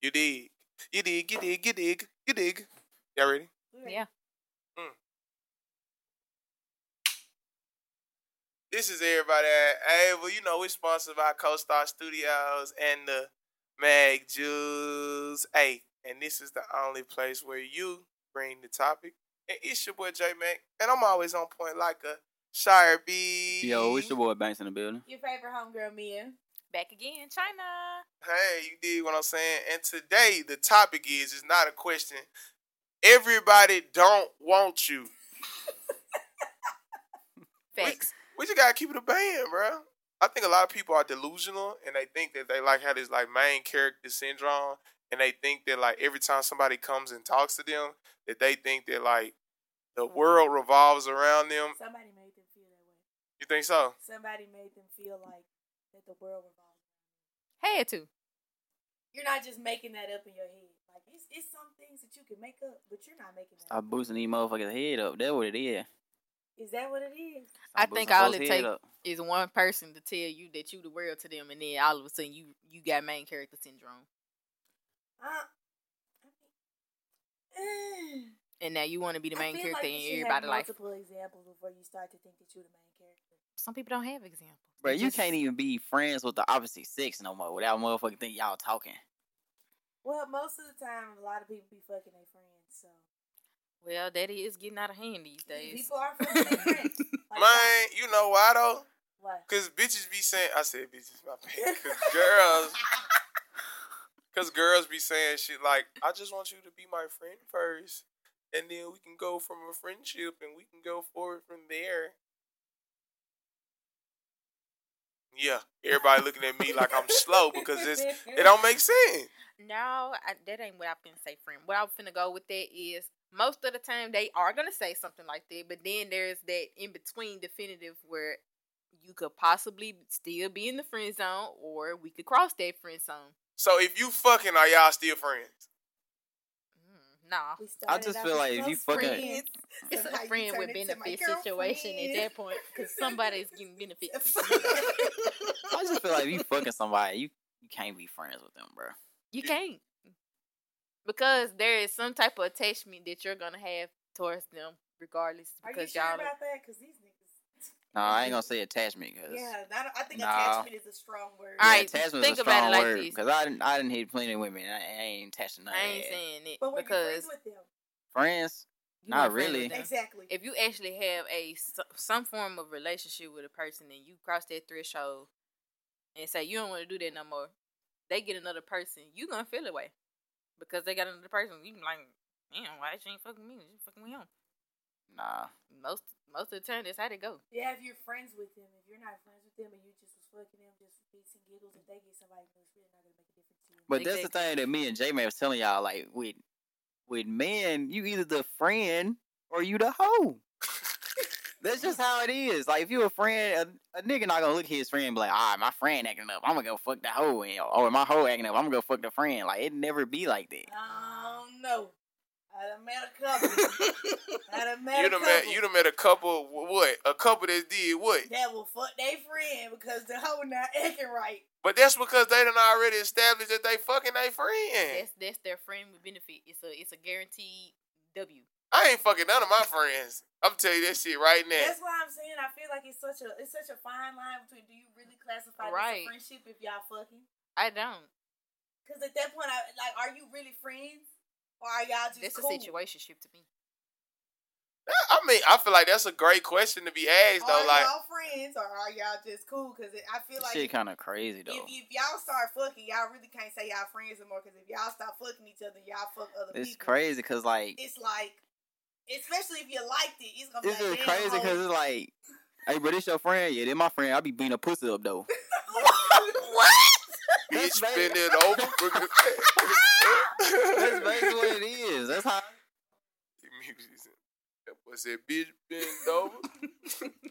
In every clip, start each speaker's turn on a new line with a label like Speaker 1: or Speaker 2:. Speaker 1: You dig. You dig, you dig, you dig, you dig. Y'all ready?
Speaker 2: Yeah.
Speaker 1: This is everybody. Hey, well, you know, we're sponsored by CoStar Studios and the Mag Juice. Hey, and this is the only place where you bring the topic. And it's your boy J Mac. And I'm always on point like a Shire B.
Speaker 3: Yo, it's your boy Banks in the building.
Speaker 2: Your favorite homegirl, Mia.
Speaker 4: Back again, China.
Speaker 1: Hey, you dig what I'm saying? And today the topic is it's not a question. Everybody don't want you.
Speaker 4: Facts.
Speaker 1: We just gotta keep it a band, bro. I think a lot of people are delusional and they think that they like have this like main character syndrome and they think that like every time somebody comes and talks to them, that they think that like the world revolves around them.
Speaker 2: Somebody made them feel that way.
Speaker 1: You think so?
Speaker 2: Somebody made them feel like that the world revolves.
Speaker 4: Had to.
Speaker 2: You're not just making that up in your head. Like it's it's some things that you can make up, but you're not making that.
Speaker 3: Stop
Speaker 2: up.
Speaker 3: boosting these motherfuckers' head up. That's what it is.
Speaker 2: Is that what it is?
Speaker 3: Stop
Speaker 4: I think
Speaker 3: boosting
Speaker 4: all
Speaker 3: folks'
Speaker 4: it
Speaker 3: head
Speaker 4: take-
Speaker 3: up.
Speaker 4: Is one person to tell you that you the world to them, and then all of a sudden you you got main character syndrome,
Speaker 2: Uh, I mean, eh.
Speaker 4: and now you want to be the
Speaker 2: I
Speaker 4: main
Speaker 2: feel
Speaker 4: character
Speaker 2: like
Speaker 4: in
Speaker 2: you should have
Speaker 4: everybody's life.
Speaker 2: Multiple examples before you start to think that you're the main character.
Speaker 4: Some people don't have examples.
Speaker 3: Bro,
Speaker 4: They
Speaker 3: you
Speaker 4: just-
Speaker 3: can't e-, even be friends with the opposite sex no more without motherfucking think y'all talking.
Speaker 2: Well, most of the time, a lot of people be fucking their friends, so
Speaker 4: Well, that is getting out of hand these days.
Speaker 2: people are fucking their friends. Like,
Speaker 1: Man, you know why though?
Speaker 2: what?
Speaker 1: Cause bitches be saying I said bitches, my bad. Cause girls Cause girls be saying shit like, I just want you to be my friend first. And then we can go from a friendship and we can go forward from there. Yeah. Everybody looking at me like I'm slow because it's it don't make sense.
Speaker 4: No, I, that ain't what I'm gonna say, friend. What I'm finna go with that is most of the time they are gonna say something like that, but then there's that in between definitive where you could possibly still be in the friend zone, or we could cross that friend zone.
Speaker 1: So if you fucking are y'all still friends?
Speaker 4: Mm, nah,
Speaker 2: We started
Speaker 3: just
Speaker 2: out
Speaker 3: feel
Speaker 2: as
Speaker 3: like if you
Speaker 2: close
Speaker 3: fucking-
Speaker 2: friends,
Speaker 4: it's
Speaker 2: so
Speaker 4: a
Speaker 2: how you
Speaker 4: friend
Speaker 2: turn
Speaker 4: with
Speaker 2: into my
Speaker 4: benefit situation at that point because somebody's getting benefits.
Speaker 2: girlfriend.
Speaker 3: I just feel like if you fucking somebody, you, you can't be friends with them, bro.
Speaker 4: You can't. Because there is some type of attachment that you're gonna have towards them, regardless.
Speaker 2: Are you
Speaker 4: Because
Speaker 2: sure
Speaker 4: y'all,
Speaker 2: about that? Because these niggas.
Speaker 3: No, I ain't gonna say attachment because
Speaker 2: Yeah, I, don't- I think
Speaker 3: Nah.
Speaker 2: attachment is a strong word.
Speaker 4: All right,
Speaker 3: attachment
Speaker 4: think
Speaker 3: is a
Speaker 4: about it
Speaker 3: strong
Speaker 4: like
Speaker 3: word
Speaker 4: this.
Speaker 3: because I didn't I didn't hit plenty of women. I, I ain't attached to none.
Speaker 4: I ain't
Speaker 3: of that.
Speaker 4: saying it
Speaker 2: but when
Speaker 4: because
Speaker 2: you're friends with them,
Speaker 3: friends.
Speaker 4: you
Speaker 3: Not
Speaker 4: weren't friends with
Speaker 3: really.
Speaker 4: them.
Speaker 2: exactly.
Speaker 4: If you actually have a s- some form of relationship with a person and you cross that threshold and say you don't want to do that no more, they get another person. You gonna feel away because they got another person. You be like, damn, why she ain't fucking me? She fucking me on.
Speaker 3: Nah,
Speaker 4: Most most of the time, that's how they go.
Speaker 2: yeah, if you're friends with them, if you're not friends with them and you just was fucking them just for bits and giggles, if they get somebody new, it's really not gonna make a difference to you.
Speaker 3: but that's the
Speaker 4: Exactly.
Speaker 3: thing that me and J Man was telling y'all. Like with with men, you either the friend or you the hoe. That's just how it is. Like if you a friend, a, a nigga not gonna look at his friend and be like, "Ah, my friend acting up. I'm gonna go fuck the hoe," and, or my hoe acting up. I'm gonna go fuck the friend. Like it never be like that.
Speaker 2: I don't know. I done met a couple. I done met
Speaker 1: You
Speaker 2: a
Speaker 1: done
Speaker 2: couple
Speaker 1: met you done met a couple wh- what? A couple that did what?
Speaker 2: that will fuck their friend because the hoe not acting right.
Speaker 1: But that's because they done already established that they fucking they friend.
Speaker 4: That's that's their friend with benefit. It's a it's a guaranteed W.
Speaker 1: I ain't fucking none of my friends. I'm telling you that shit right now.
Speaker 2: That's why I'm saying I feel like it's such a it's such a fine line between do you really classify
Speaker 4: Right.
Speaker 2: this a friendship if y'all fucking?
Speaker 4: I don't.
Speaker 2: Because at that point, I like, are you really friends or are y'all just
Speaker 4: That's
Speaker 2: cool?
Speaker 4: a situationship to me.
Speaker 1: That- I mean, I feel like that's a great question to be asked
Speaker 2: Are
Speaker 1: though. Like,
Speaker 2: y'all friends or are y'all just cool? Because I feel like
Speaker 3: Shit, kind of crazy though.
Speaker 2: if, if y'all start fucking, y'all really can't say y'all friends no more. Because if y'all stop fucking each other, y'all fuck other
Speaker 3: It's
Speaker 2: people.
Speaker 3: crazy because like
Speaker 2: It's like, especially if you liked it, it's gonna be
Speaker 3: This is
Speaker 2: like, damn,
Speaker 3: crazy because
Speaker 2: hoe.
Speaker 3: it's like, hey, bro, this your friend? Yeah, they my friend. I be beating a pussy up though.
Speaker 1: what?
Speaker 3: That's
Speaker 1: Bitch,
Speaker 3: ba-
Speaker 1: bend it over.
Speaker 3: That's basically what it is. That's how.
Speaker 1: That boy said, "Bitch, bend over."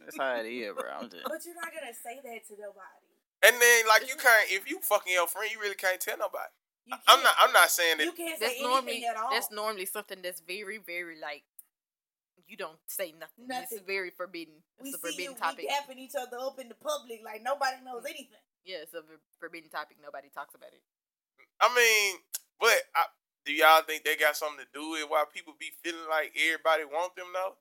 Speaker 3: That's how it is, bro. I'm just.
Speaker 2: But you're not gonna say that to nobody.
Speaker 1: And then, like, you can't if you fucking your friend, you really can't tell nobody.
Speaker 2: You can't,
Speaker 1: I'm not. I'm not saying that.
Speaker 2: You can't say
Speaker 4: That's
Speaker 2: anything
Speaker 4: normally
Speaker 2: at all.
Speaker 4: that's normally something that's very very like you don't say nothing. This
Speaker 2: Nothing.
Speaker 4: is very forbidden. It's
Speaker 2: we
Speaker 4: a
Speaker 2: see you
Speaker 4: forbidden topic.
Speaker 2: we
Speaker 4: Mm.
Speaker 2: dapping each other up in the public like nobody knows anything.
Speaker 4: Yeah, it's a ver- forbidden topic. Nobody talks about it.
Speaker 1: I mean, But I, do y'all think they got something to do with why people be feeling like everybody want them though?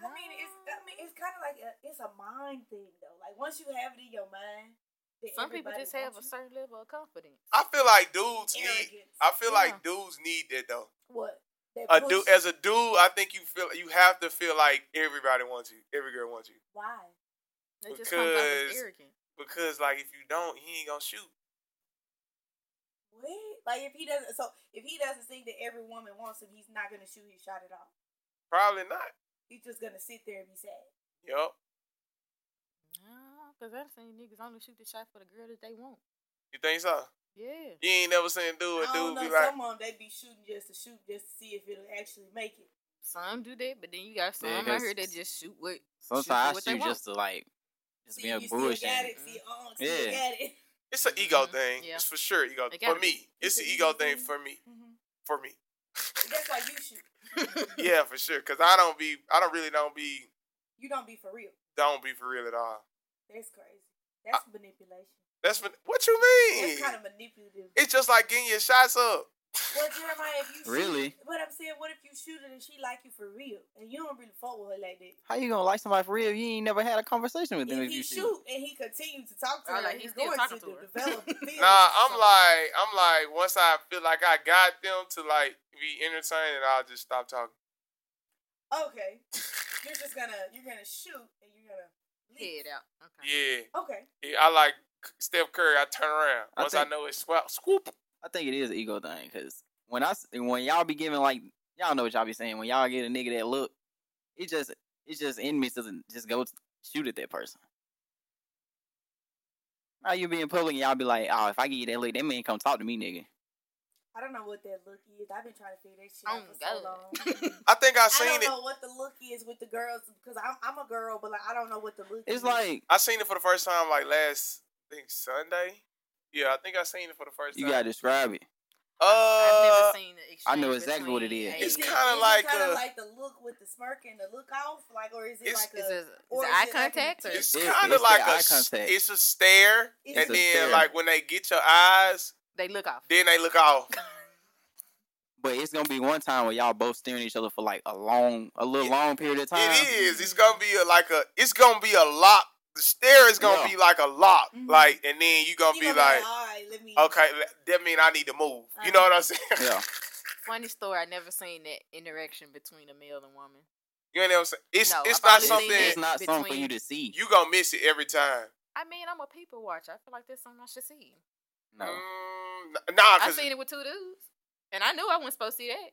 Speaker 2: I mean, it's I mean, it's kind of like a, it's a mind thing though. Like once you have it in your mind, that
Speaker 4: Some people
Speaker 2: everybody
Speaker 4: just have a
Speaker 2: wants
Speaker 4: certain level of confidence.
Speaker 1: I feel like dudes
Speaker 2: you.
Speaker 1: need.
Speaker 2: arrogance.
Speaker 1: I feel
Speaker 4: Yeah.
Speaker 1: like dudes need that though.
Speaker 2: what? That
Speaker 1: A
Speaker 2: push-
Speaker 1: dude, as a dude, I think you feel you have to feel like everybody wants you, every girl wants you,
Speaker 2: why?
Speaker 4: It just comes out as
Speaker 1: Because-
Speaker 4: arrogant.
Speaker 1: because like if you don't, he ain't gonna shoot.
Speaker 2: What? Like if he doesn't, so if he doesn't think that every woman wants him, he's not gonna shoot his shot at all.
Speaker 1: Probably not.
Speaker 2: He's just gonna sit there and be sad.
Speaker 1: Yup.
Speaker 4: No, because I've seen niggas only shoot the shot for the girl that they want.
Speaker 1: You think so?
Speaker 4: Yeah.
Speaker 1: You ain't never seen a dude.
Speaker 2: I
Speaker 1: A dude
Speaker 2: don't know.
Speaker 1: be like,
Speaker 2: Some of them they be shooting just to shoot, just to see if it'll actually make it.
Speaker 4: Some do that, but then you got some
Speaker 3: Yeah,
Speaker 4: out
Speaker 3: 'cause-
Speaker 4: here that just shoot what.
Speaker 3: Sometimes
Speaker 4: what
Speaker 3: I
Speaker 4: they
Speaker 3: shoot
Speaker 4: want.
Speaker 3: just to like just
Speaker 2: See,
Speaker 3: being
Speaker 2: you
Speaker 3: bullshit.
Speaker 2: Still got
Speaker 3: Mm-hmm.
Speaker 2: it. See, uh, still
Speaker 3: Yeah.
Speaker 2: got it.
Speaker 1: it's an ego
Speaker 2: Mm-hmm.
Speaker 4: Mhm,
Speaker 1: thing.
Speaker 4: yeah.
Speaker 1: It's for sure ego
Speaker 4: It
Speaker 1: for
Speaker 4: gotta
Speaker 1: me. It's an ego thing for me.
Speaker 4: Mm-hmm.
Speaker 2: hmm
Speaker 1: For me.
Speaker 2: That's why you shoot.
Speaker 1: yeah, for sure. Cause I don't be. I don't really don't be.
Speaker 2: You don't be for real.
Speaker 1: Don't be for real at all.
Speaker 2: That's crazy. That's manipulation.
Speaker 1: That's what, what you mean.
Speaker 2: That's kind of manipulative.
Speaker 1: It's just like getting your shots up.
Speaker 2: Well, Jeremiah, if you shoot,
Speaker 3: Really?
Speaker 2: But I'm saying, what if you shoot her and she like you for real, and you don't really fuck with her like that?
Speaker 3: How you gonna like somebody for real? if You ain't never had a conversation with them
Speaker 2: If
Speaker 3: if
Speaker 2: he
Speaker 3: you
Speaker 2: shoot. and he continues to talk to
Speaker 4: Oh,
Speaker 2: her,
Speaker 4: like,
Speaker 2: he's
Speaker 4: he's still
Speaker 2: going
Speaker 4: talking
Speaker 2: to,
Speaker 4: to her.
Speaker 2: develop feelings.
Speaker 1: Nah, I'm
Speaker 2: So,
Speaker 1: like, I'm like, once I feel like I got them to like be entertained, I'll just stop talking.
Speaker 2: okay, you're just gonna you're gonna shoot and you're gonna leave.
Speaker 4: Head out. Okay.
Speaker 1: Yeah,
Speaker 2: Okay,
Speaker 1: yeah I like Steph Curry. I turn around
Speaker 3: I
Speaker 1: once I
Speaker 3: think-
Speaker 1: know it's swap, swoop.
Speaker 3: I think it is an ego thing because when I s- when y'all be giving like y'all know what y'all be saying when y'all get a nigga that look, it just it just in me doesn't just go t- shoot at that person. Now you be in public and y'all be like, oh, if I give you that look, that man come talk to me, nigga.
Speaker 2: I don't know what that look is. I've been trying to figure that shit
Speaker 4: Oh,
Speaker 2: out for so long.
Speaker 4: my God.
Speaker 1: I think I
Speaker 2: I
Speaker 1: seen
Speaker 2: don't
Speaker 1: it.
Speaker 2: know what the look is with the girls because I'm, I'm a girl, but like I don't know what the look is.
Speaker 3: It's like
Speaker 1: I seen it for the first time like last, I think Sunday. Yeah, I think I seen it for the first
Speaker 3: you
Speaker 1: time.
Speaker 3: gotta describe it.
Speaker 1: Uh,
Speaker 4: I've never seen the exchange.
Speaker 3: I know exactly what it
Speaker 4: between
Speaker 3: is.
Speaker 4: a-
Speaker 1: It's
Speaker 2: it-
Speaker 1: kinda
Speaker 2: it
Speaker 1: like a-
Speaker 2: kinda like the look with the smirk and the look off, like or is it
Speaker 1: It's-
Speaker 2: like
Speaker 4: Is
Speaker 2: a
Speaker 4: it, is
Speaker 2: or
Speaker 4: it
Speaker 2: is
Speaker 4: eye
Speaker 2: it like
Speaker 4: contact
Speaker 2: a-
Speaker 4: or
Speaker 1: it's
Speaker 3: It's-
Speaker 1: kind of
Speaker 3: it's
Speaker 1: like a,
Speaker 3: that eye
Speaker 1: s-
Speaker 3: contact.
Speaker 1: it's a stare,
Speaker 2: It's
Speaker 1: and
Speaker 2: a
Speaker 1: then
Speaker 3: stare.
Speaker 1: like when they get your eyes,
Speaker 4: they look off?
Speaker 1: then they look off.
Speaker 3: But it's gonna be one time where y'all both staring at each other for like a long, a little
Speaker 1: It-
Speaker 3: long period of time.
Speaker 1: It is. It's gonna be a, like a. It's gonna be a lock. The stare is gonna
Speaker 3: Yeah.
Speaker 1: be like a lock.
Speaker 4: Mm-hmm.
Speaker 2: Mhm.
Speaker 1: Like, and then you gonna
Speaker 2: You
Speaker 1: be
Speaker 2: gonna
Speaker 1: like,
Speaker 2: all right, let me.
Speaker 1: okay, that mean I need to move. You know what I'm saying?
Speaker 3: Yeah,
Speaker 4: Funny story. I never seen that interaction between a male and woman.
Speaker 1: you know what I'm saying? It's
Speaker 4: No,
Speaker 1: it's
Speaker 4: I've
Speaker 1: not
Speaker 4: only seen
Speaker 1: something
Speaker 3: it's not something for
Speaker 4: Between-
Speaker 3: you to see.
Speaker 1: you gonna miss it every time.
Speaker 4: I mean, I'm a people watcher. I feel like that's something I should see.
Speaker 3: no,
Speaker 1: Mm,
Speaker 3: Uh,
Speaker 1: nah,
Speaker 4: I
Speaker 1: cause
Speaker 4: seen it with two dudes, and I knew I wasn't supposed to see that.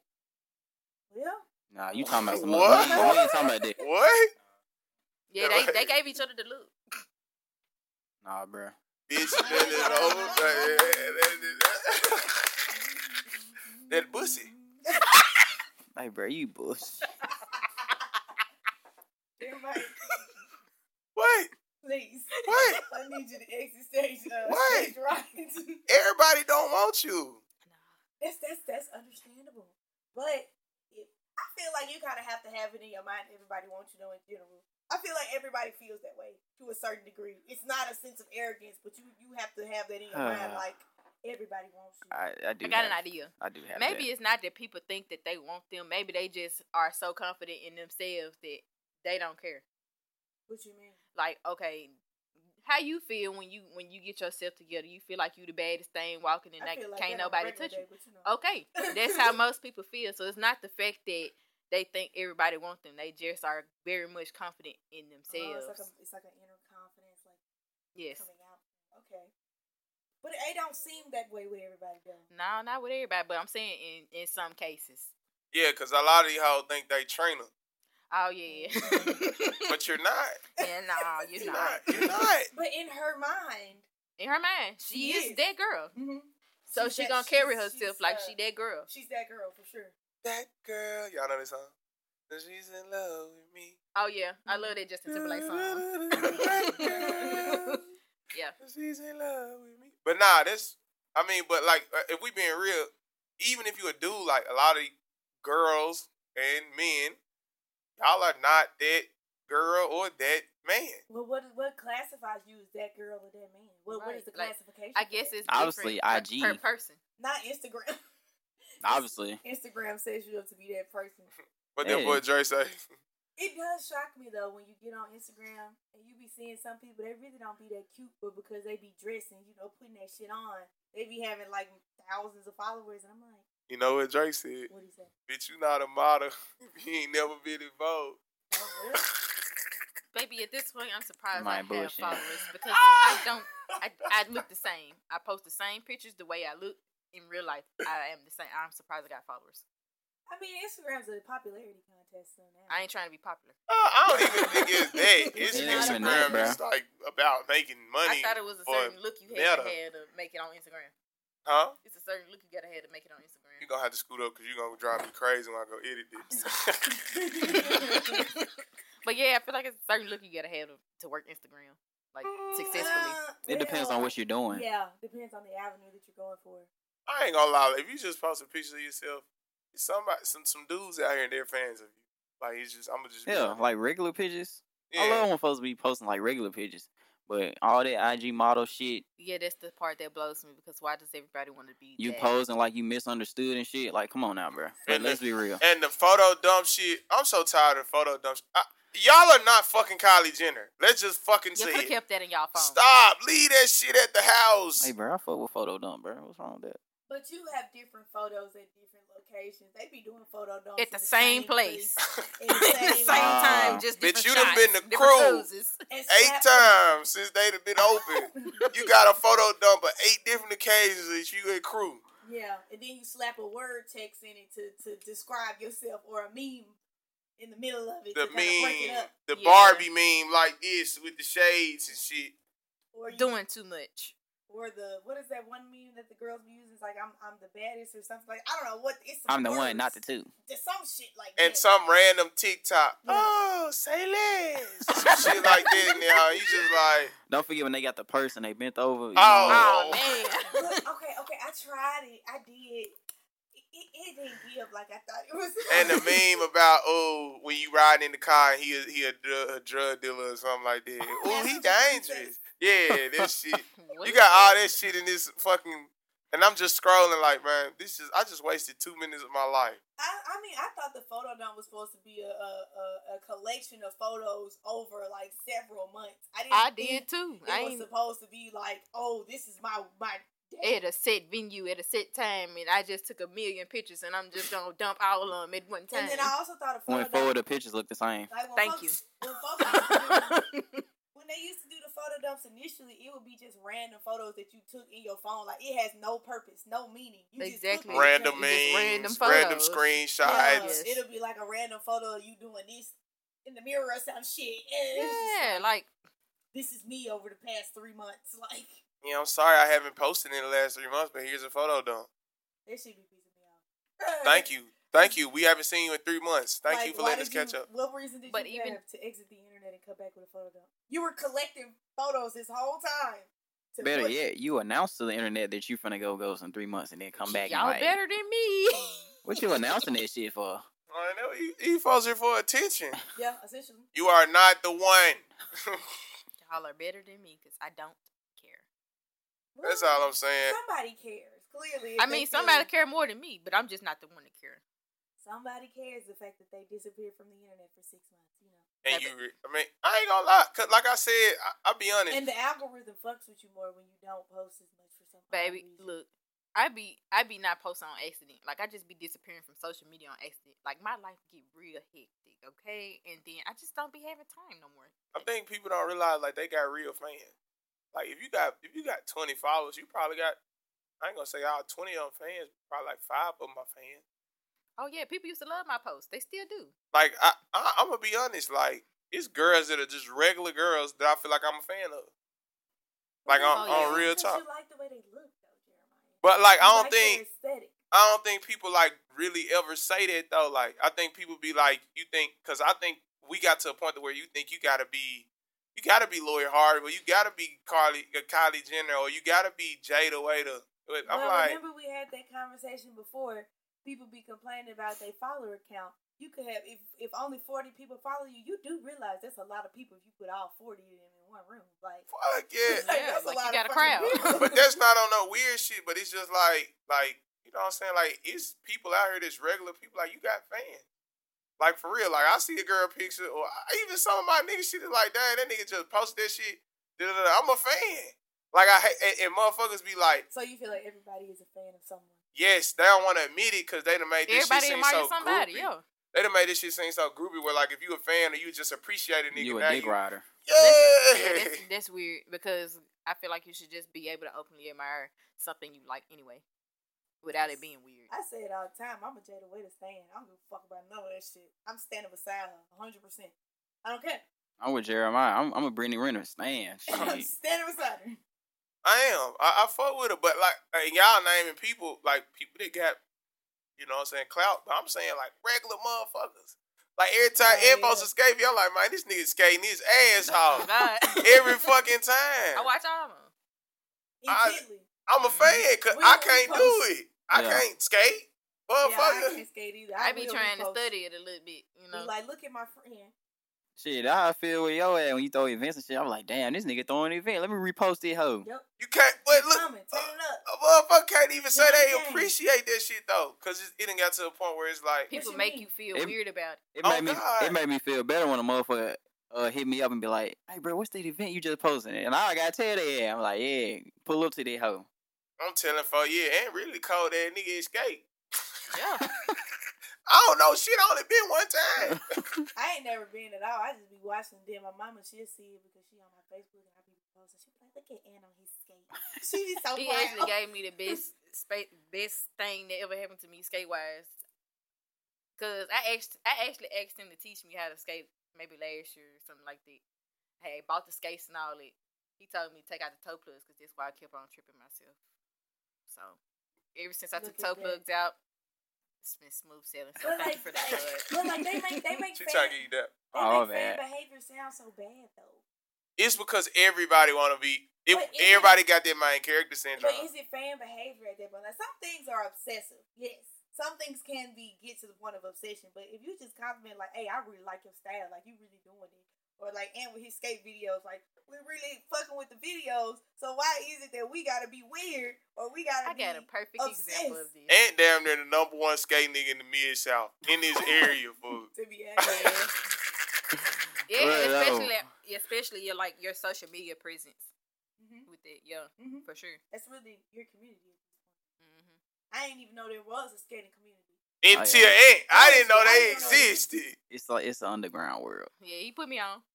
Speaker 2: Yeah.
Speaker 3: nah, you talking about some? We
Speaker 1: What?
Speaker 3: ain't, we ain't talking about that.
Speaker 1: what?
Speaker 4: Yeah, they, they gave each other the look.
Speaker 3: Nah, bro.
Speaker 1: Bitch, that is over. That pussy.
Speaker 3: Hey, bro, you bush.
Speaker 2: Everybody,
Speaker 1: Wait,
Speaker 2: please.
Speaker 1: wait.
Speaker 2: I need you to exit stage. Uh,
Speaker 1: What?
Speaker 2: stage right.
Speaker 1: Everybody don't want you.
Speaker 2: that's that's that's understandable, but it, I feel like you kind of have to have it in your mind. Everybody wants you to know in general. I feel like everybody feels that way to a certain degree. It's not a sense of arrogance, but you you have to have that in your mind.
Speaker 3: Uh,
Speaker 2: Like everybody wants you.
Speaker 3: I, I
Speaker 4: I
Speaker 3: do.
Speaker 4: got
Speaker 3: have,
Speaker 4: an idea.
Speaker 3: I do have.
Speaker 4: Maybe
Speaker 3: that.
Speaker 4: it's not that people think that they want them. Maybe they just are so confident in themselves that they don't care.
Speaker 2: what you mean?
Speaker 4: Like, okay, how you feel when you when you get yourself together? You feel like you the baddest thing walking, and
Speaker 2: I
Speaker 4: like
Speaker 2: feel like
Speaker 4: can't
Speaker 2: that on a
Speaker 4: nobody
Speaker 2: regular
Speaker 4: touch you. Oh,
Speaker 2: day, but know. uh-huh,
Speaker 4: Okay, that's how most people feel. So it's not the fact that they think everybody wants them. They just are very much confident in
Speaker 2: Oh, it's,
Speaker 4: themselves.
Speaker 2: like a, it's like an inner confidence, like
Speaker 4: yes.
Speaker 2: coming out. Okay, but it don't seem that way with everybody though.
Speaker 4: No, not with everybody, but I'm saying in in some cases.
Speaker 1: Yeah, cause a lot of these hoes think they trainer,
Speaker 4: Oh yeah.
Speaker 2: Mm.
Speaker 4: uh,
Speaker 1: but you're not.
Speaker 4: yeah, no, you're
Speaker 1: You're not.
Speaker 4: not.
Speaker 1: You're not.
Speaker 2: But in her mind,
Speaker 4: In her mind, she,
Speaker 2: She
Speaker 4: is,
Speaker 2: is.
Speaker 4: that girl. So
Speaker 2: She's
Speaker 4: she
Speaker 2: that-
Speaker 4: gonna carry
Speaker 2: she's-
Speaker 4: herself
Speaker 2: she's,
Speaker 4: like
Speaker 2: uh,
Speaker 4: she that girl.
Speaker 2: she's that girl for sure.
Speaker 1: That girl, y'all know this song. And she's in love with me.
Speaker 4: Oh yeah, I love that Justin Timberlake song.
Speaker 1: That girl,
Speaker 4: Yeah.
Speaker 1: she's in love with me. But nah, this. I mean, but like, uh, if we being real, even if you a dude, like a lot of girls and men, y'all are not that girl or that man.
Speaker 2: Well, what what classifies you as that girl or that man? What, what is
Speaker 4: Right,
Speaker 2: the
Speaker 4: like,
Speaker 2: classification?
Speaker 4: I
Speaker 2: for
Speaker 4: guess
Speaker 2: that?
Speaker 4: it's
Speaker 3: Obviously,
Speaker 4: different per- per
Speaker 3: IG.
Speaker 4: person.
Speaker 2: not Instagram.
Speaker 3: Obviously.
Speaker 2: Instagram says you have to be that person.
Speaker 1: What that
Speaker 3: Hey.
Speaker 1: boy Dre say?
Speaker 2: It does shock me though when you get on Instagram and you be seeing some people they really don't be that cute, but because they be dressing, you know, putting that shit on, they be having like thousands of followers, and I'm like,
Speaker 1: You know what Drake said?
Speaker 2: what is that?
Speaker 1: Bitch, you not a model. you ain't never been in Vogue.
Speaker 2: Oh, well,
Speaker 4: Maybe at this point, I'm surprised
Speaker 3: My
Speaker 4: I have
Speaker 3: bullshit.
Speaker 4: followers because I don't. I, I look the same. I post the same pictures the way I look in real life. I am the same. I'm surprised I got followers.
Speaker 2: I mean, Instagram's a popularity contest, so now.
Speaker 4: I ain't trying to be popular.
Speaker 1: Uh, I don't even think it's that. It's
Speaker 3: It
Speaker 4: is
Speaker 1: Instagram.
Speaker 3: not,
Speaker 1: it's like about making money,
Speaker 4: I thought it was a
Speaker 1: for
Speaker 4: certain look you had to
Speaker 1: meta.
Speaker 4: have to make it on Instagram.
Speaker 1: huh?
Speaker 4: It's a certain look you gotta have to make it on Instagram.
Speaker 1: You gonna have to scoot up because you gonna drive me crazy when I go edit this.
Speaker 4: But yeah, I feel like it's a certain look you gotta have to, to work Instagram like successfully.
Speaker 2: Uh,
Speaker 3: It depends on
Speaker 2: well,
Speaker 3: what you're doing.
Speaker 2: Yeah, depends on the avenue that you're going for.
Speaker 1: I ain't gonna lie. If you just post a picture of yourself, somebody, some some dudes out here, they're fans of you. Like it's just, I'm gonna just be
Speaker 3: Yeah,
Speaker 1: honest.
Speaker 3: like regular pictures. I
Speaker 1: Yeah.
Speaker 3: love when folks be posting like regular pictures, but all that IG model shit,
Speaker 4: Yeah, that's the part that blows me because why does everybody want to be
Speaker 3: you
Speaker 4: that?
Speaker 3: posing like you misunderstood and shit. Like, come on now, bro. Like,
Speaker 1: And
Speaker 3: let's
Speaker 1: the-
Speaker 3: be real.
Speaker 1: And the photo dump shit. I'm so tired of photo dump. Shit. I, y'all are not fucking Kylie Jenner. Let's just fucking
Speaker 4: You
Speaker 1: say
Speaker 4: could have
Speaker 1: it.
Speaker 4: kept that in y'all phone.
Speaker 1: Stop. Leave that shit at the house.
Speaker 3: Hey, bro, I fuck with photo dump, bro. What's wrong with that?
Speaker 2: But you have different photos at different locations. They be doing photo dumps
Speaker 4: At
Speaker 2: in
Speaker 4: the same place.
Speaker 2: in the
Speaker 4: At the
Speaker 2: same,
Speaker 4: same
Speaker 3: Ah.
Speaker 4: time, just
Speaker 1: Bitch,
Speaker 4: different
Speaker 1: you done
Speaker 4: shots,
Speaker 1: been the
Speaker 4: different
Speaker 1: crew.
Speaker 4: poses.
Speaker 2: and
Speaker 1: Eight
Speaker 2: slap-
Speaker 1: times since they've been open. You got a photo dump of eight different occasions that you and crew.
Speaker 2: Yeah, and then you slap a word text in it to, to describe yourself or a meme in the middle of it.
Speaker 1: The
Speaker 2: to kinda break it
Speaker 1: meme,
Speaker 2: up.
Speaker 1: the
Speaker 4: Yeah.
Speaker 1: Barbie meme like this with the shades and shit.
Speaker 2: Or you,
Speaker 4: Doing too much.
Speaker 2: or the what is that one meme that the girls be using? It's like I'm I'm the baddest or something like I don't know what it's. some
Speaker 3: I'm the one,
Speaker 2: words.
Speaker 3: not the two.
Speaker 2: There's some shit like
Speaker 1: and
Speaker 2: that.
Speaker 1: some random TikTok.
Speaker 2: Yeah.
Speaker 1: Oh, say less. Some shit like that now. You just like,
Speaker 3: Don't forget when they got the purse and they bent over.
Speaker 1: Oh.
Speaker 3: you know,
Speaker 4: Oh,
Speaker 2: Look,
Speaker 4: man.
Speaker 2: okay, okay, I tried it. I did. It, it, it didn't give like I thought it was.
Speaker 1: and the meme about oh, when you riding in the car and he a, he a, dr- a drug dealer or something like that. Oh, he dangerous. Yeah, that shit.
Speaker 4: What
Speaker 1: You
Speaker 4: is-
Speaker 1: got all that shit in this fucking. And I'm just scrolling like, man, this is. I just wasted two minutes of my life.
Speaker 2: I, I mean, I thought the photo dump was supposed to be a, a, a, a collection of photos over like several months. I didn't.
Speaker 4: I
Speaker 2: think
Speaker 4: did too.
Speaker 2: It
Speaker 4: I
Speaker 2: was
Speaker 4: ain't
Speaker 2: supposed to be like, oh, this is my my. Day.
Speaker 4: at a set venue at a set time, and I just took a million pictures, and I'm just gonna dump all of them at one time.
Speaker 2: and then I also thought a photo
Speaker 3: Went forward,
Speaker 2: dump.
Speaker 3: the pictures look the same.
Speaker 2: Like when
Speaker 4: Thank
Speaker 2: folks, When, folks, when they used to do the photo dumps initially, it would be just random photos that you took in your phone. Like it has no purpose, no meaning. You Just
Speaker 4: Exactly.
Speaker 2: took it.
Speaker 1: Random
Speaker 4: Just
Speaker 1: memes,
Speaker 4: random
Speaker 1: random,
Speaker 4: photos.
Speaker 1: screenshots.
Speaker 2: Yeah,
Speaker 4: Yes.
Speaker 2: It'll be like a random photo of you doing this in the mirror or some shit. And it's just
Speaker 4: yeah, like
Speaker 2: this is me over the past three months. Like
Speaker 1: You know, I'm sorry I haven't posted in the last three months, but here's a photo dump.
Speaker 2: that should be pissing me off.
Speaker 1: Thank you, thank you. We haven't seen you in three months. Thank
Speaker 2: Like,
Speaker 1: you for
Speaker 2: why
Speaker 1: letting us
Speaker 2: did you-
Speaker 1: catch up.
Speaker 2: What reason did
Speaker 4: But
Speaker 2: you
Speaker 4: even-
Speaker 2: have to exit the internet and come back with a photo dump? You were collecting photos this whole time. to
Speaker 3: Better
Speaker 2: put-
Speaker 3: yet, you announce to the internet that you finna go ghost in three months and then come back
Speaker 4: y'all
Speaker 3: and like,
Speaker 4: better than me.
Speaker 3: what you announcing that shit for?
Speaker 1: I know you, you folks are for attention.
Speaker 2: Yeah, essentially.
Speaker 1: You are not the one.
Speaker 4: y'all are better than me because I don't care.
Speaker 1: That's all I'm saying.
Speaker 2: Somebody cares. Clearly, if
Speaker 4: I
Speaker 2: they
Speaker 4: mean,
Speaker 2: feel-
Speaker 4: somebody care more than me, but I'm just not the one to care.
Speaker 2: Somebody cares the fact that they disappeared from the internet for six months. You know.
Speaker 1: And you, re- I mean, I ain't gonna lie. Cause like I said, I, I'll be honest.
Speaker 2: And the algorithm fucks with you more when you don't post as much for some odd
Speaker 4: Baby,
Speaker 2: reason.
Speaker 4: look, I be I be not posting on accident. Like I just be disappearing from social media on accident. Like my life get real hectic, okay? And then I just don't be having time no more.
Speaker 1: I think people don't realize like they got real fans. Like if you got if you got 20 followers, you probably got. I ain't gonna say all 20 of them fans. Probably like five of my fans.
Speaker 4: Oh yeah, people used to love my posts. They still do.
Speaker 1: Like I, I I'm gonna be honest. Like it's girls that are just regular girls that I feel like I'm a fan of. Like on,
Speaker 4: Oh, yeah.
Speaker 1: on real
Speaker 2: Because
Speaker 1: talk.
Speaker 2: You like the way they look, though, Jeremiah.
Speaker 1: But like I
Speaker 2: You
Speaker 1: don't
Speaker 2: like
Speaker 1: think
Speaker 2: their aesthetic.
Speaker 1: I don't think people like really ever say that though. Like I think people be like, you think because I think we got to a point to where you think you gotta be, you gotta be Lori Harvey, or you gotta be Carly, uh, Kylie Jenner, or you gotta be Jada Waiter. But I'm
Speaker 2: well,
Speaker 1: like,
Speaker 2: remember we had that conversation before people be complaining about their follower count. You could have if if only forty people follow you, you do realize that's a lot of people if you put all forty of them in one room. Like
Speaker 1: Fuck yeah.
Speaker 2: Like,
Speaker 4: Yeah,
Speaker 2: that's a
Speaker 4: like, you
Speaker 2: lot
Speaker 4: got
Speaker 2: of
Speaker 4: a crowd.
Speaker 2: fucking people.
Speaker 1: but that's not on no weird shit. But it's just like, like you know what I'm saying? Like it's people out here that's regular people. Like you got fans. Like for real. Like I see a girl picture, or I, even some of my niggas shit is like, damn, that nigga just posted that shit. Da-da-da. I'm a fan. Like I ha- and, and motherfuckers be like,
Speaker 2: so you feel like everybody is a fan of someone.
Speaker 1: yes, they don't want to admit it because they done made this
Speaker 4: Everybody
Speaker 1: shit seem so
Speaker 4: admires somebody.
Speaker 1: groupie.
Speaker 4: Yeah.
Speaker 1: They done made this shit seem so groovy. Where like if you a fan or you just appreciate a nigga,
Speaker 3: you a
Speaker 1: now
Speaker 3: dick
Speaker 1: you,
Speaker 3: rider.
Speaker 4: Yeah,
Speaker 1: yeah.
Speaker 4: that's, that's weird because I feel like you should just be able to openly admire something you like anyway, without it being weird.
Speaker 2: I say it all the time. I'm a Jada Waiter fan. I don't give a fuck about none of that shit. I'm standing beside her, 100. percent I don't care.
Speaker 3: I'm with Jeremiah. I'm, I'm a Brittany Renner. Stand.
Speaker 2: I'm
Speaker 3: Shit.
Speaker 2: standing beside her.
Speaker 1: I am. I, I fuck with her, but like, and y'all naming people like people that got, you know, what I'm saying clout. But I'm saying like regular motherfuckers. Like every time
Speaker 2: Yeah,
Speaker 1: Ed posts
Speaker 2: yeah.
Speaker 1: a skate, y'all like, man, this nigga skating his ass off
Speaker 4: God.
Speaker 1: Oh, every fucking time.
Speaker 4: I watch all of them.
Speaker 1: I-
Speaker 2: Intently.
Speaker 1: I'm a fan because I can't do it. I
Speaker 3: Yeah.
Speaker 1: can't skate,
Speaker 2: yeah, I
Speaker 1: motherfucker.
Speaker 2: can't skate either.
Speaker 4: I, be
Speaker 2: will
Speaker 4: trying to
Speaker 2: repost.
Speaker 4: study it a little bit,
Speaker 2: Be
Speaker 4: you know.
Speaker 2: Like, look at my friend.
Speaker 3: Shit, that's how I feel with your ass when you throw events and shit. I'm like, damn, this nigga throwing an event. Let me repost this hoe.
Speaker 2: Yep.
Speaker 1: You can't. But look,
Speaker 2: Coming, turn it up.
Speaker 1: a motherfucker can't even say
Speaker 2: Yeah,
Speaker 1: they
Speaker 2: yeah.
Speaker 1: appreciate that shit though, because it done got to a point where it's like,
Speaker 4: People
Speaker 2: you
Speaker 4: make
Speaker 2: mean?
Speaker 4: you feel
Speaker 3: It-
Speaker 4: weird about it.
Speaker 3: It
Speaker 1: Oh,
Speaker 3: made me.
Speaker 1: God.
Speaker 3: It made me feel better when a motherfucker uh, hit me up and be like, "Hey, bro, what's the event you just posted?" And I gotta tell they, I'm like, "Yeah, pull up to that hoe."
Speaker 1: I'm telling for you, it ain't really cold that nigga is skate.
Speaker 4: Yeah.
Speaker 1: I don't know shit. I only been one time.
Speaker 2: I ain't never been at all. I just be watching. Then my mama, she'll see it because she on my Facebook and I be posting. She be like, look at Ann on his skate. She be so
Speaker 4: he
Speaker 2: proud.
Speaker 4: actually gave me the best spa- best thing that ever happened to me skate wise. Cause I asked, I actually asked him to teach me how to skate maybe last year or something like that. Hey, bought the skates and all it. He told me to take out the toe plugs because that's why I kept on tripping myself. So ever since I
Speaker 2: Look
Speaker 4: took
Speaker 2: at
Speaker 4: toe
Speaker 2: that.
Speaker 4: plugs out, it's been smooth sailing. So
Speaker 2: But
Speaker 4: thank you
Speaker 2: like,
Speaker 4: for that. bud.
Speaker 2: but like they make they make
Speaker 1: She trying to
Speaker 2: fan,
Speaker 1: get you that.
Speaker 2: they
Speaker 3: Oh,
Speaker 2: make fan
Speaker 3: man.
Speaker 2: behavior sound so bad though.
Speaker 1: It's because everybody want to be. It,
Speaker 2: But it-
Speaker 1: everybody got their main character syndrome.
Speaker 2: But is it fan behavior at that point? Like some things are obsessive. Yes. Some things can be get to the point of obsession. But if you just compliment like, hey, I really like your style, like you really doing it. Or like and with his skate videos, like we really fucking with the videos. So why is it that we gotta be weird or we gotta
Speaker 4: I
Speaker 2: be
Speaker 4: got a perfect example of this.
Speaker 1: Ant damn near the number one skate nigga in the mid south in this area, fool.
Speaker 2: to be accurate?
Speaker 4: Yeah,
Speaker 3: Right, that
Speaker 4: especially
Speaker 3: one.
Speaker 4: especially your like your social media presence
Speaker 2: hmm
Speaker 4: with it. Yeah,
Speaker 2: hmm
Speaker 4: for sure.
Speaker 2: That's really your community.
Speaker 4: hmm
Speaker 2: I didn't even know there was a skating community.
Speaker 1: Until
Speaker 3: yeah.
Speaker 1: Ant, I didn't know
Speaker 2: I
Speaker 1: they
Speaker 2: didn't know that.
Speaker 1: existed.
Speaker 3: It's like it's the underground world.
Speaker 4: Yeah, he put me on.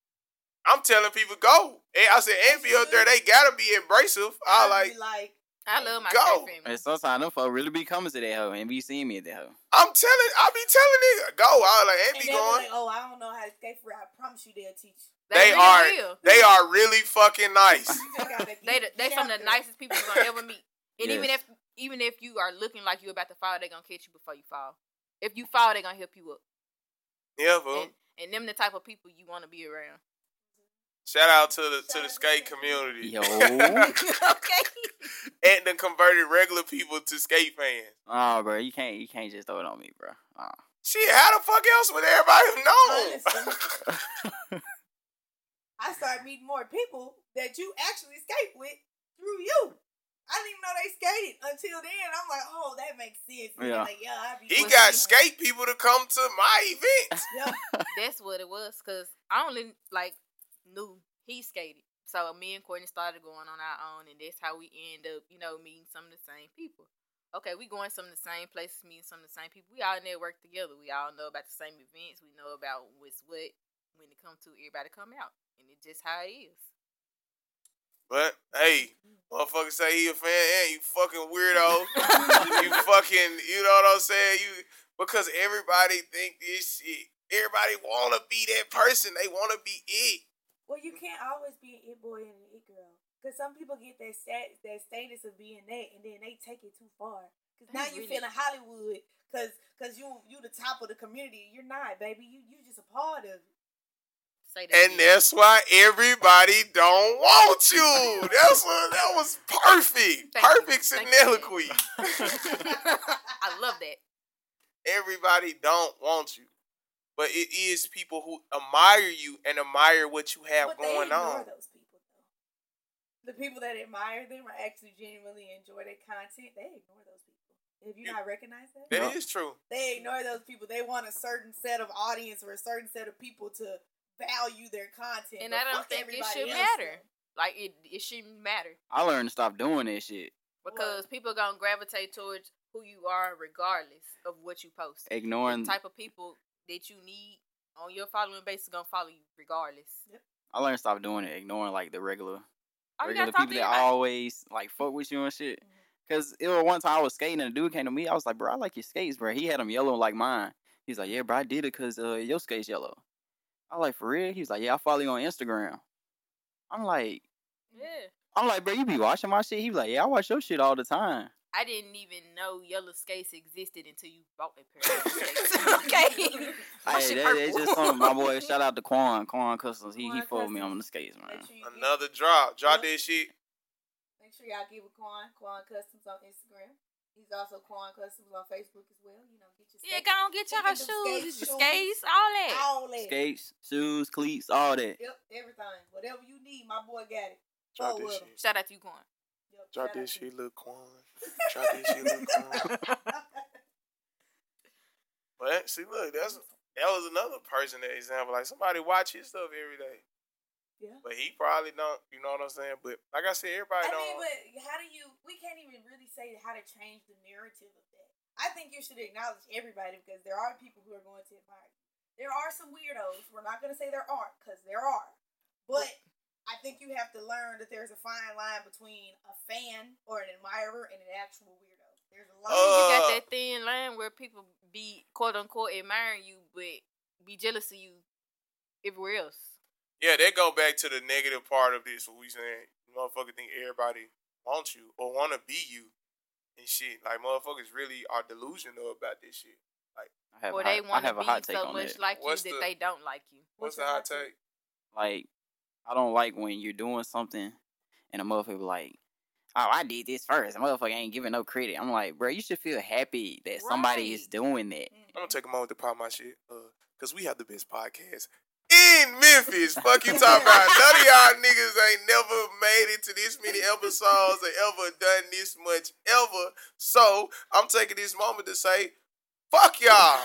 Speaker 1: I'm telling people go. And I said, Ant be up there. They gotta be abrasive. I
Speaker 2: I'd
Speaker 1: like.
Speaker 2: be like
Speaker 4: I love my
Speaker 1: Go.
Speaker 4: skate family.
Speaker 3: And sometimes them folk really be coming to that hoe and be seeing me at that hoe.
Speaker 1: I'm telling. I be telling nigga go. I like
Speaker 2: and
Speaker 1: Ant
Speaker 2: they
Speaker 1: be
Speaker 2: be
Speaker 1: going.
Speaker 2: like, oh, I don't know how to skate for. real. I promise you, they'll teach you.
Speaker 1: They
Speaker 4: really
Speaker 1: are-
Speaker 4: real.
Speaker 1: They are really fucking nice.
Speaker 2: You just gotta
Speaker 4: They
Speaker 2: get-
Speaker 4: the- they
Speaker 2: get
Speaker 4: some
Speaker 2: out
Speaker 4: of the
Speaker 2: there.
Speaker 4: nicest people you're gonna ever meet. And even
Speaker 3: Yes.
Speaker 4: if even if you are looking like you're about to fall, they gonna catch you before you fall. If you fall, they gonna help you up.
Speaker 1: yeah, fool.
Speaker 4: And, and them the type of people you want to be around.
Speaker 1: Shout out to the to the
Speaker 2: Shout out
Speaker 1: skate
Speaker 2: to the-
Speaker 1: community.
Speaker 3: Yo.
Speaker 4: okay.
Speaker 1: and then converted regular people to skate fans.
Speaker 3: Oh, bro, you can't you can't just throw it on me, bro. Aw.
Speaker 1: Shit, how the fuck else would everybody know?
Speaker 2: Honestly, I started meeting more people that you actually skate with through you. I didn't even know they skated until then. I'm like, oh, that makes sense. And
Speaker 3: Yeah.
Speaker 2: they're Like, yeah, I be
Speaker 1: he
Speaker 2: doing
Speaker 1: got
Speaker 2: that.
Speaker 1: skate people to come to my event.
Speaker 2: Yep.
Speaker 4: That's what it was, cause I only like knew he skated. So me and Courtney started going on our own, and that's how we end up, you know, meeting some of the same people. Okay, we going some of the same places, meeting some of the same people. We all network together. We all know about the same events. We know about what's what when it comes to everybody come out, and it's just how it is.
Speaker 1: But hey, motherfucker say he a fan and you fucking weirdo. you fucking you know what I'm saying? You because everybody think this shit. Everybody wanna be that person. They wanna be it.
Speaker 2: Well, you can't always be an it boy and an it girl. Because some people get that stat, that status of being that, and then they take it too far. Because
Speaker 4: They
Speaker 2: now you
Speaker 4: really-
Speaker 2: feeling Hollywood. Because cause you you the top of the community. You're not, baby. You you just a part of it.
Speaker 4: Say that.
Speaker 1: And
Speaker 4: again.
Speaker 1: that's why everybody don't want you. That's what that was perfect.
Speaker 4: Thank you.
Speaker 1: Perfect
Speaker 4: Thank you.
Speaker 1: soliloquy.
Speaker 4: I love that.
Speaker 1: everybody don't want you, but it is people who admire you and admire what you have
Speaker 2: but
Speaker 1: going
Speaker 2: they
Speaker 1: on.
Speaker 2: ignore Those people, though. The people that admire them or actually genuinely enjoy their content, they ignore those people. If you
Speaker 1: Yeah.
Speaker 2: not recognize that,
Speaker 1: That is
Speaker 3: Yeah.
Speaker 1: true.
Speaker 2: they ignore those people. They want a certain set of audience or a certain set of people to value their content.
Speaker 4: And
Speaker 2: but
Speaker 4: I don't
Speaker 2: fuck
Speaker 4: think it
Speaker 2: everybody
Speaker 4: should
Speaker 2: else,
Speaker 4: matter.
Speaker 2: though.
Speaker 4: Like it, it shouldn't matter
Speaker 3: I learned to stop doing that shit.
Speaker 4: because people gonna gravitate towards who you are regardless of what you post. The
Speaker 3: Ignoring,
Speaker 4: type of people that you need on your following base is gonna follow you regardless.
Speaker 3: I learned to stop doing it. Ignoring like the regular,
Speaker 4: All Oh, you
Speaker 3: regular
Speaker 4: gotta talk
Speaker 3: people
Speaker 4: to
Speaker 3: that
Speaker 4: anybody.
Speaker 3: always like fuck with you and shit.
Speaker 4: Mm-hmm.
Speaker 3: Cause it was one time I was skating and a dude came to me. I was like, bro, I like your skates, bro. He had them yellow like mine. He's like, yeah, bro, I did it cause uh, your skates yellow. I like for real. He's like, yeah, I follow you on Instagram. I'm like,
Speaker 4: Yeah.
Speaker 3: I'm like, bro, you be watching my shit. He be like, yeah, I watch your shit all the time.
Speaker 4: I didn't even know yellow skates existed until you bought a pair of yellow skates. okay. My
Speaker 3: Hey,
Speaker 4: shit
Speaker 3: that, that's
Speaker 4: purple.
Speaker 3: just something. My boy, shout out to Quan, Quan Customs. He he
Speaker 2: Quan
Speaker 3: followed me
Speaker 2: Customs.
Speaker 3: on the skates, man.
Speaker 2: Make sure you get-
Speaker 1: Another drop. Drop
Speaker 2: Yeah.
Speaker 1: that shit.
Speaker 2: Make sure y'all give a Quan Quan Customs on Instagram. He's also Quan Customs on Facebook as well. You know, get your
Speaker 4: Yeah,
Speaker 2: steak,
Speaker 4: go on get y'all
Speaker 2: Look at them
Speaker 4: shoes,
Speaker 2: skates,
Speaker 4: it's your
Speaker 2: shoes.
Speaker 4: skates, all that.
Speaker 2: all that.
Speaker 3: Skates, shoes, cleats, all that.
Speaker 2: Yep, everything, whatever you need, my boy got it.
Speaker 1: Drop
Speaker 2: Four
Speaker 1: that
Speaker 2: of 'em.
Speaker 1: shit.
Speaker 4: Shout out to you, Quan.
Speaker 2: Yep,
Speaker 1: Drop
Speaker 2: shout
Speaker 1: that
Speaker 2: out to
Speaker 1: shit,
Speaker 2: you.
Speaker 1: Lil Quan. Drop that shit, Lil Quan. But see, look, that's that was another person that example. Like somebody watch his stuff every day,
Speaker 2: yeah.
Speaker 1: but he probably don't. You know what I'm saying? But like I said, everybody
Speaker 2: I mean,
Speaker 1: don't.
Speaker 2: but how do you? We can't even really say how to change the narrative of that. I think you should acknowledge everybody because there are people who are going to admire. you. There are some weirdos. We're not going to say there aren't because there are, but I think you have to learn that there's a fine line between a fan or an admirer and an actual weirdo. There's a line.
Speaker 1: Uh,
Speaker 4: you got that thin line where people be quote unquote admiring you but be jealous of you everywhere else.
Speaker 1: yeah, they go back to the negative part of this. What we saying? Motherfucker think everybody wants you or want to be you and shit. Like motherfuckers really are delusional about this shit.
Speaker 3: I have,
Speaker 4: or
Speaker 3: a hot-
Speaker 4: they
Speaker 3: I
Speaker 4: want to
Speaker 3: have a
Speaker 4: be
Speaker 3: hot take
Speaker 4: so
Speaker 3: on
Speaker 4: much
Speaker 3: that.
Speaker 4: like
Speaker 1: What's
Speaker 4: you
Speaker 1: the-
Speaker 4: that they don't like you.
Speaker 1: What's, the hot take?
Speaker 3: Like, I don't like when you're doing something and a motherfucker be like, oh, I did this first. A motherfucker ain't giving no credit. I'm like, bro, you should feel happy that somebody is
Speaker 4: Right.
Speaker 3: doing that.
Speaker 2: Mm.
Speaker 1: I'm gonna take a moment to pop my shit, uh, cause we have the best podcast in Memphis. Fuck you talking about. None of y'all niggas ain't never made it to this many episodes or ever done this much ever. So I'm taking this moment to say, fuck y'all,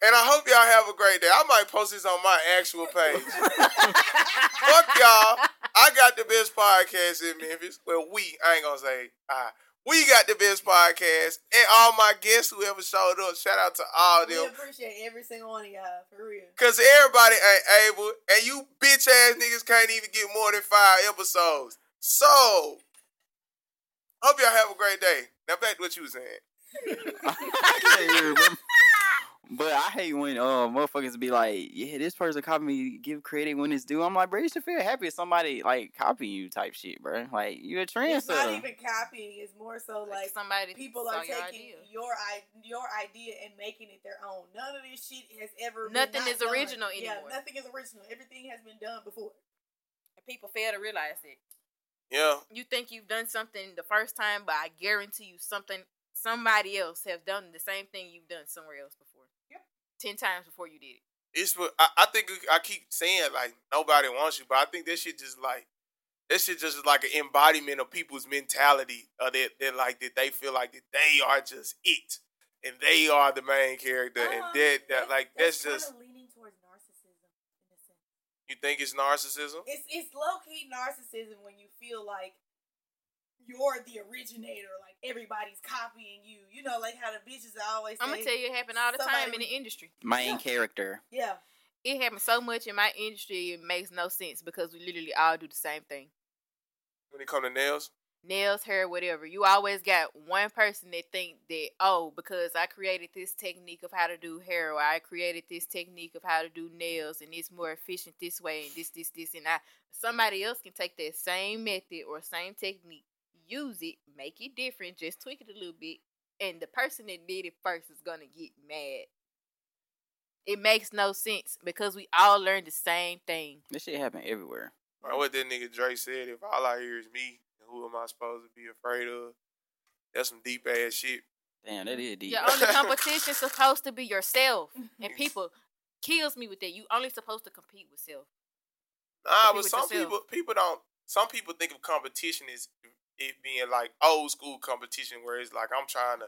Speaker 1: and I hope y'all have a great day. I might post this on my actual page. fuck y'all. I got the best podcast in Memphis. Well, we, I ain't gonna say I. We got the best podcast, and all my guests, whoever showed up, shout out to all
Speaker 2: we
Speaker 1: them.
Speaker 2: appreciate every single one of y'all for real.
Speaker 1: Cause everybody ain't able, and you bitch ass niggas can't even get more than five episodes. So, hope y'all have a great day. Now back to what you was saying.
Speaker 3: I can't even remember. But I hate when uh motherfuckers be like, yeah, this person copy me, give credit when it's due. I'm like, bro, you should feel happy if somebody like copy you type shit, bro. Like you a
Speaker 2: It's not
Speaker 3: trendsetter.
Speaker 2: even copying. It's more so like
Speaker 4: Like somebody
Speaker 2: people
Speaker 4: saw
Speaker 2: are
Speaker 4: your
Speaker 2: taking
Speaker 4: idea.
Speaker 2: your i your idea and making it their own. None of this shit has ever been
Speaker 4: Nothing
Speaker 2: not
Speaker 4: is
Speaker 2: done.
Speaker 4: original anymore.
Speaker 2: Yeah, nothing is original. Everything has been done before.
Speaker 4: And people fail to realize that.
Speaker 1: Yeah,
Speaker 4: you think you've done something the first time, but I guarantee you something somebody else have done the same thing you've done somewhere else before.
Speaker 2: Yep.
Speaker 4: Ten times before you did it.
Speaker 1: it's what I, I think. I keep saying like nobody wants you, but I think that shit just like that shit just is like an embodiment of people's mentality. Of that, that like that they feel like that they are just it, and they are the main character, and
Speaker 4: Uh-huh.
Speaker 2: Um,
Speaker 1: that that like Uh-huh. that's,
Speaker 2: kinda
Speaker 1: just
Speaker 2: leaning towards narcissism. in a sense.
Speaker 1: you think it's narcissism.
Speaker 2: It's it's low key narcissism when you feel like you're the originator, like everybody's copying you. You know, like how the bitches are always.
Speaker 4: I'm gonna
Speaker 2: say,
Speaker 4: tell you, it happened all the
Speaker 2: somebody
Speaker 4: time in the
Speaker 2: re-
Speaker 4: industry.
Speaker 3: Main
Speaker 2: Yeah.
Speaker 3: character.
Speaker 2: Yeah,
Speaker 4: It happens so much in my industry, it makes no sense because we literally all do the same thing.
Speaker 1: When it come to nails,
Speaker 4: Nails, hair, whatever. You always got one person that think that oh, because I created this technique of how to do hair, or I created this technique of how to do nails, and it's more efficient this way, and this, this, this, and I. Somebody else can take that same method or same technique, use it, make it different, just tweak it a little bit, and the person that did it first is gonna get mad. It makes no sense because we all learned the same thing.
Speaker 3: This shit happen everywhere.
Speaker 1: Like what that nigga Dre said, if all I hear is me, who am I supposed to be afraid of? That's some deep ass shit.
Speaker 3: Damn, that is deep.
Speaker 4: Your only competition supposed to be yourself, and people kills me with that. You only supposed to compete with self.
Speaker 1: Nah,
Speaker 4: Compete
Speaker 1: but
Speaker 4: with
Speaker 1: some
Speaker 4: yourself.
Speaker 1: people people don't. Some people think of competition as it being like old school competition, where it's like I'm trying to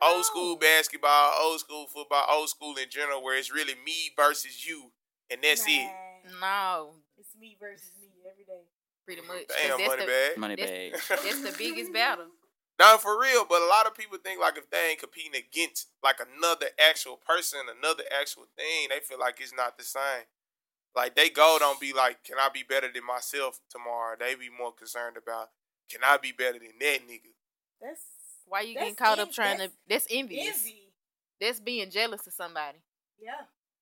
Speaker 1: old school
Speaker 4: No.
Speaker 1: basketball, old school football, old school in general, where it's really me versus you, and that's it.
Speaker 2: Nah,
Speaker 4: No,
Speaker 2: It's me versus me every day.
Speaker 4: pretty much. 'Cause
Speaker 1: Damn,
Speaker 4: that's
Speaker 1: money
Speaker 4: the,
Speaker 1: bag.
Speaker 3: Money bag.
Speaker 1: That's
Speaker 4: That's the biggest battle.
Speaker 1: No, for real. But a lot of people think like if they ain't competing against like another actual person, another actual thing, they feel like it's not the same. Like they goal don't be like, can I be better than myself tomorrow? They be more concerned about, can I be better than that nigga?
Speaker 2: That's
Speaker 4: Why you getting
Speaker 2: That's
Speaker 4: caught
Speaker 2: en-
Speaker 4: up trying to? That's envious.
Speaker 2: envy.
Speaker 4: That's being jealous of somebody.
Speaker 2: Yeah.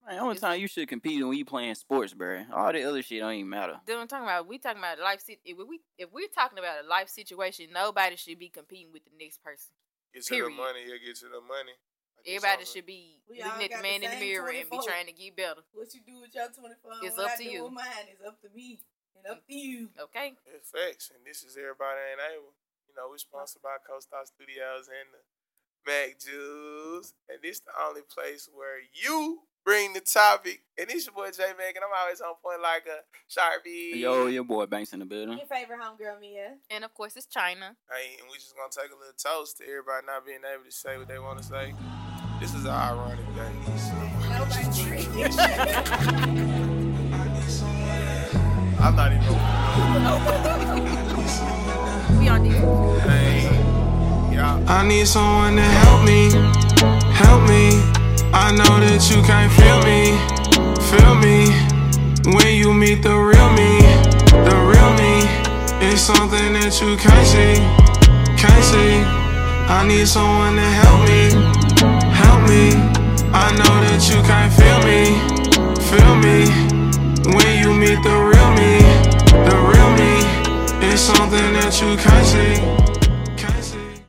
Speaker 3: Man, only time you should compete when you playing sports, bro. All the other shit don't even matter.
Speaker 4: Then I'm talking about we talking about life. sit- If we if we're talking about a life situation, nobody should be competing with the next person.
Speaker 1: Get to
Speaker 4: Period.
Speaker 1: the money, you get to the money. Like, that's
Speaker 4: Everybody
Speaker 1: all.
Speaker 4: should be
Speaker 2: We all
Speaker 4: looking at
Speaker 2: got
Speaker 4: the
Speaker 2: the
Speaker 4: man in the
Speaker 2: same
Speaker 4: mirror and be
Speaker 2: 24.
Speaker 4: trying to get better.
Speaker 2: What you do with your 24 and
Speaker 4: It's
Speaker 2: what
Speaker 4: up
Speaker 2: I
Speaker 4: to
Speaker 2: do
Speaker 4: you. Mm.
Speaker 2: with mine is up to me and up to you.
Speaker 4: Okay,
Speaker 1: It's facts, and this is everybody ain't able. You know, we're sponsored by CoStar Studios and the Mac Jews, and this the only place where you bring the topic. And it's your boy J Mac, and I'm always on point like a sharpie.
Speaker 3: Yo, your boy Banks in the
Speaker 4: Mm.
Speaker 3: building.
Speaker 2: Your favorite homegirl, Mia.
Speaker 4: and of course it's China.
Speaker 1: Hey, and we just gonna take a little toast to everybody not being able to say what they want to say. This is an ironic
Speaker 2: Nobody
Speaker 1: thing.
Speaker 2: tricked you.
Speaker 1: I'm not even. Gonna,
Speaker 4: We on this.
Speaker 1: hey, y'all.
Speaker 5: I need someone to help me, help me. I know that you can't feel me, feel me. When you meet the real me, the real me, it's something that you can't see, can't see. I need someone to help me, help me. I know that you can't feel me, feel me. When you meet the real me, the real me, it's something that you can't see.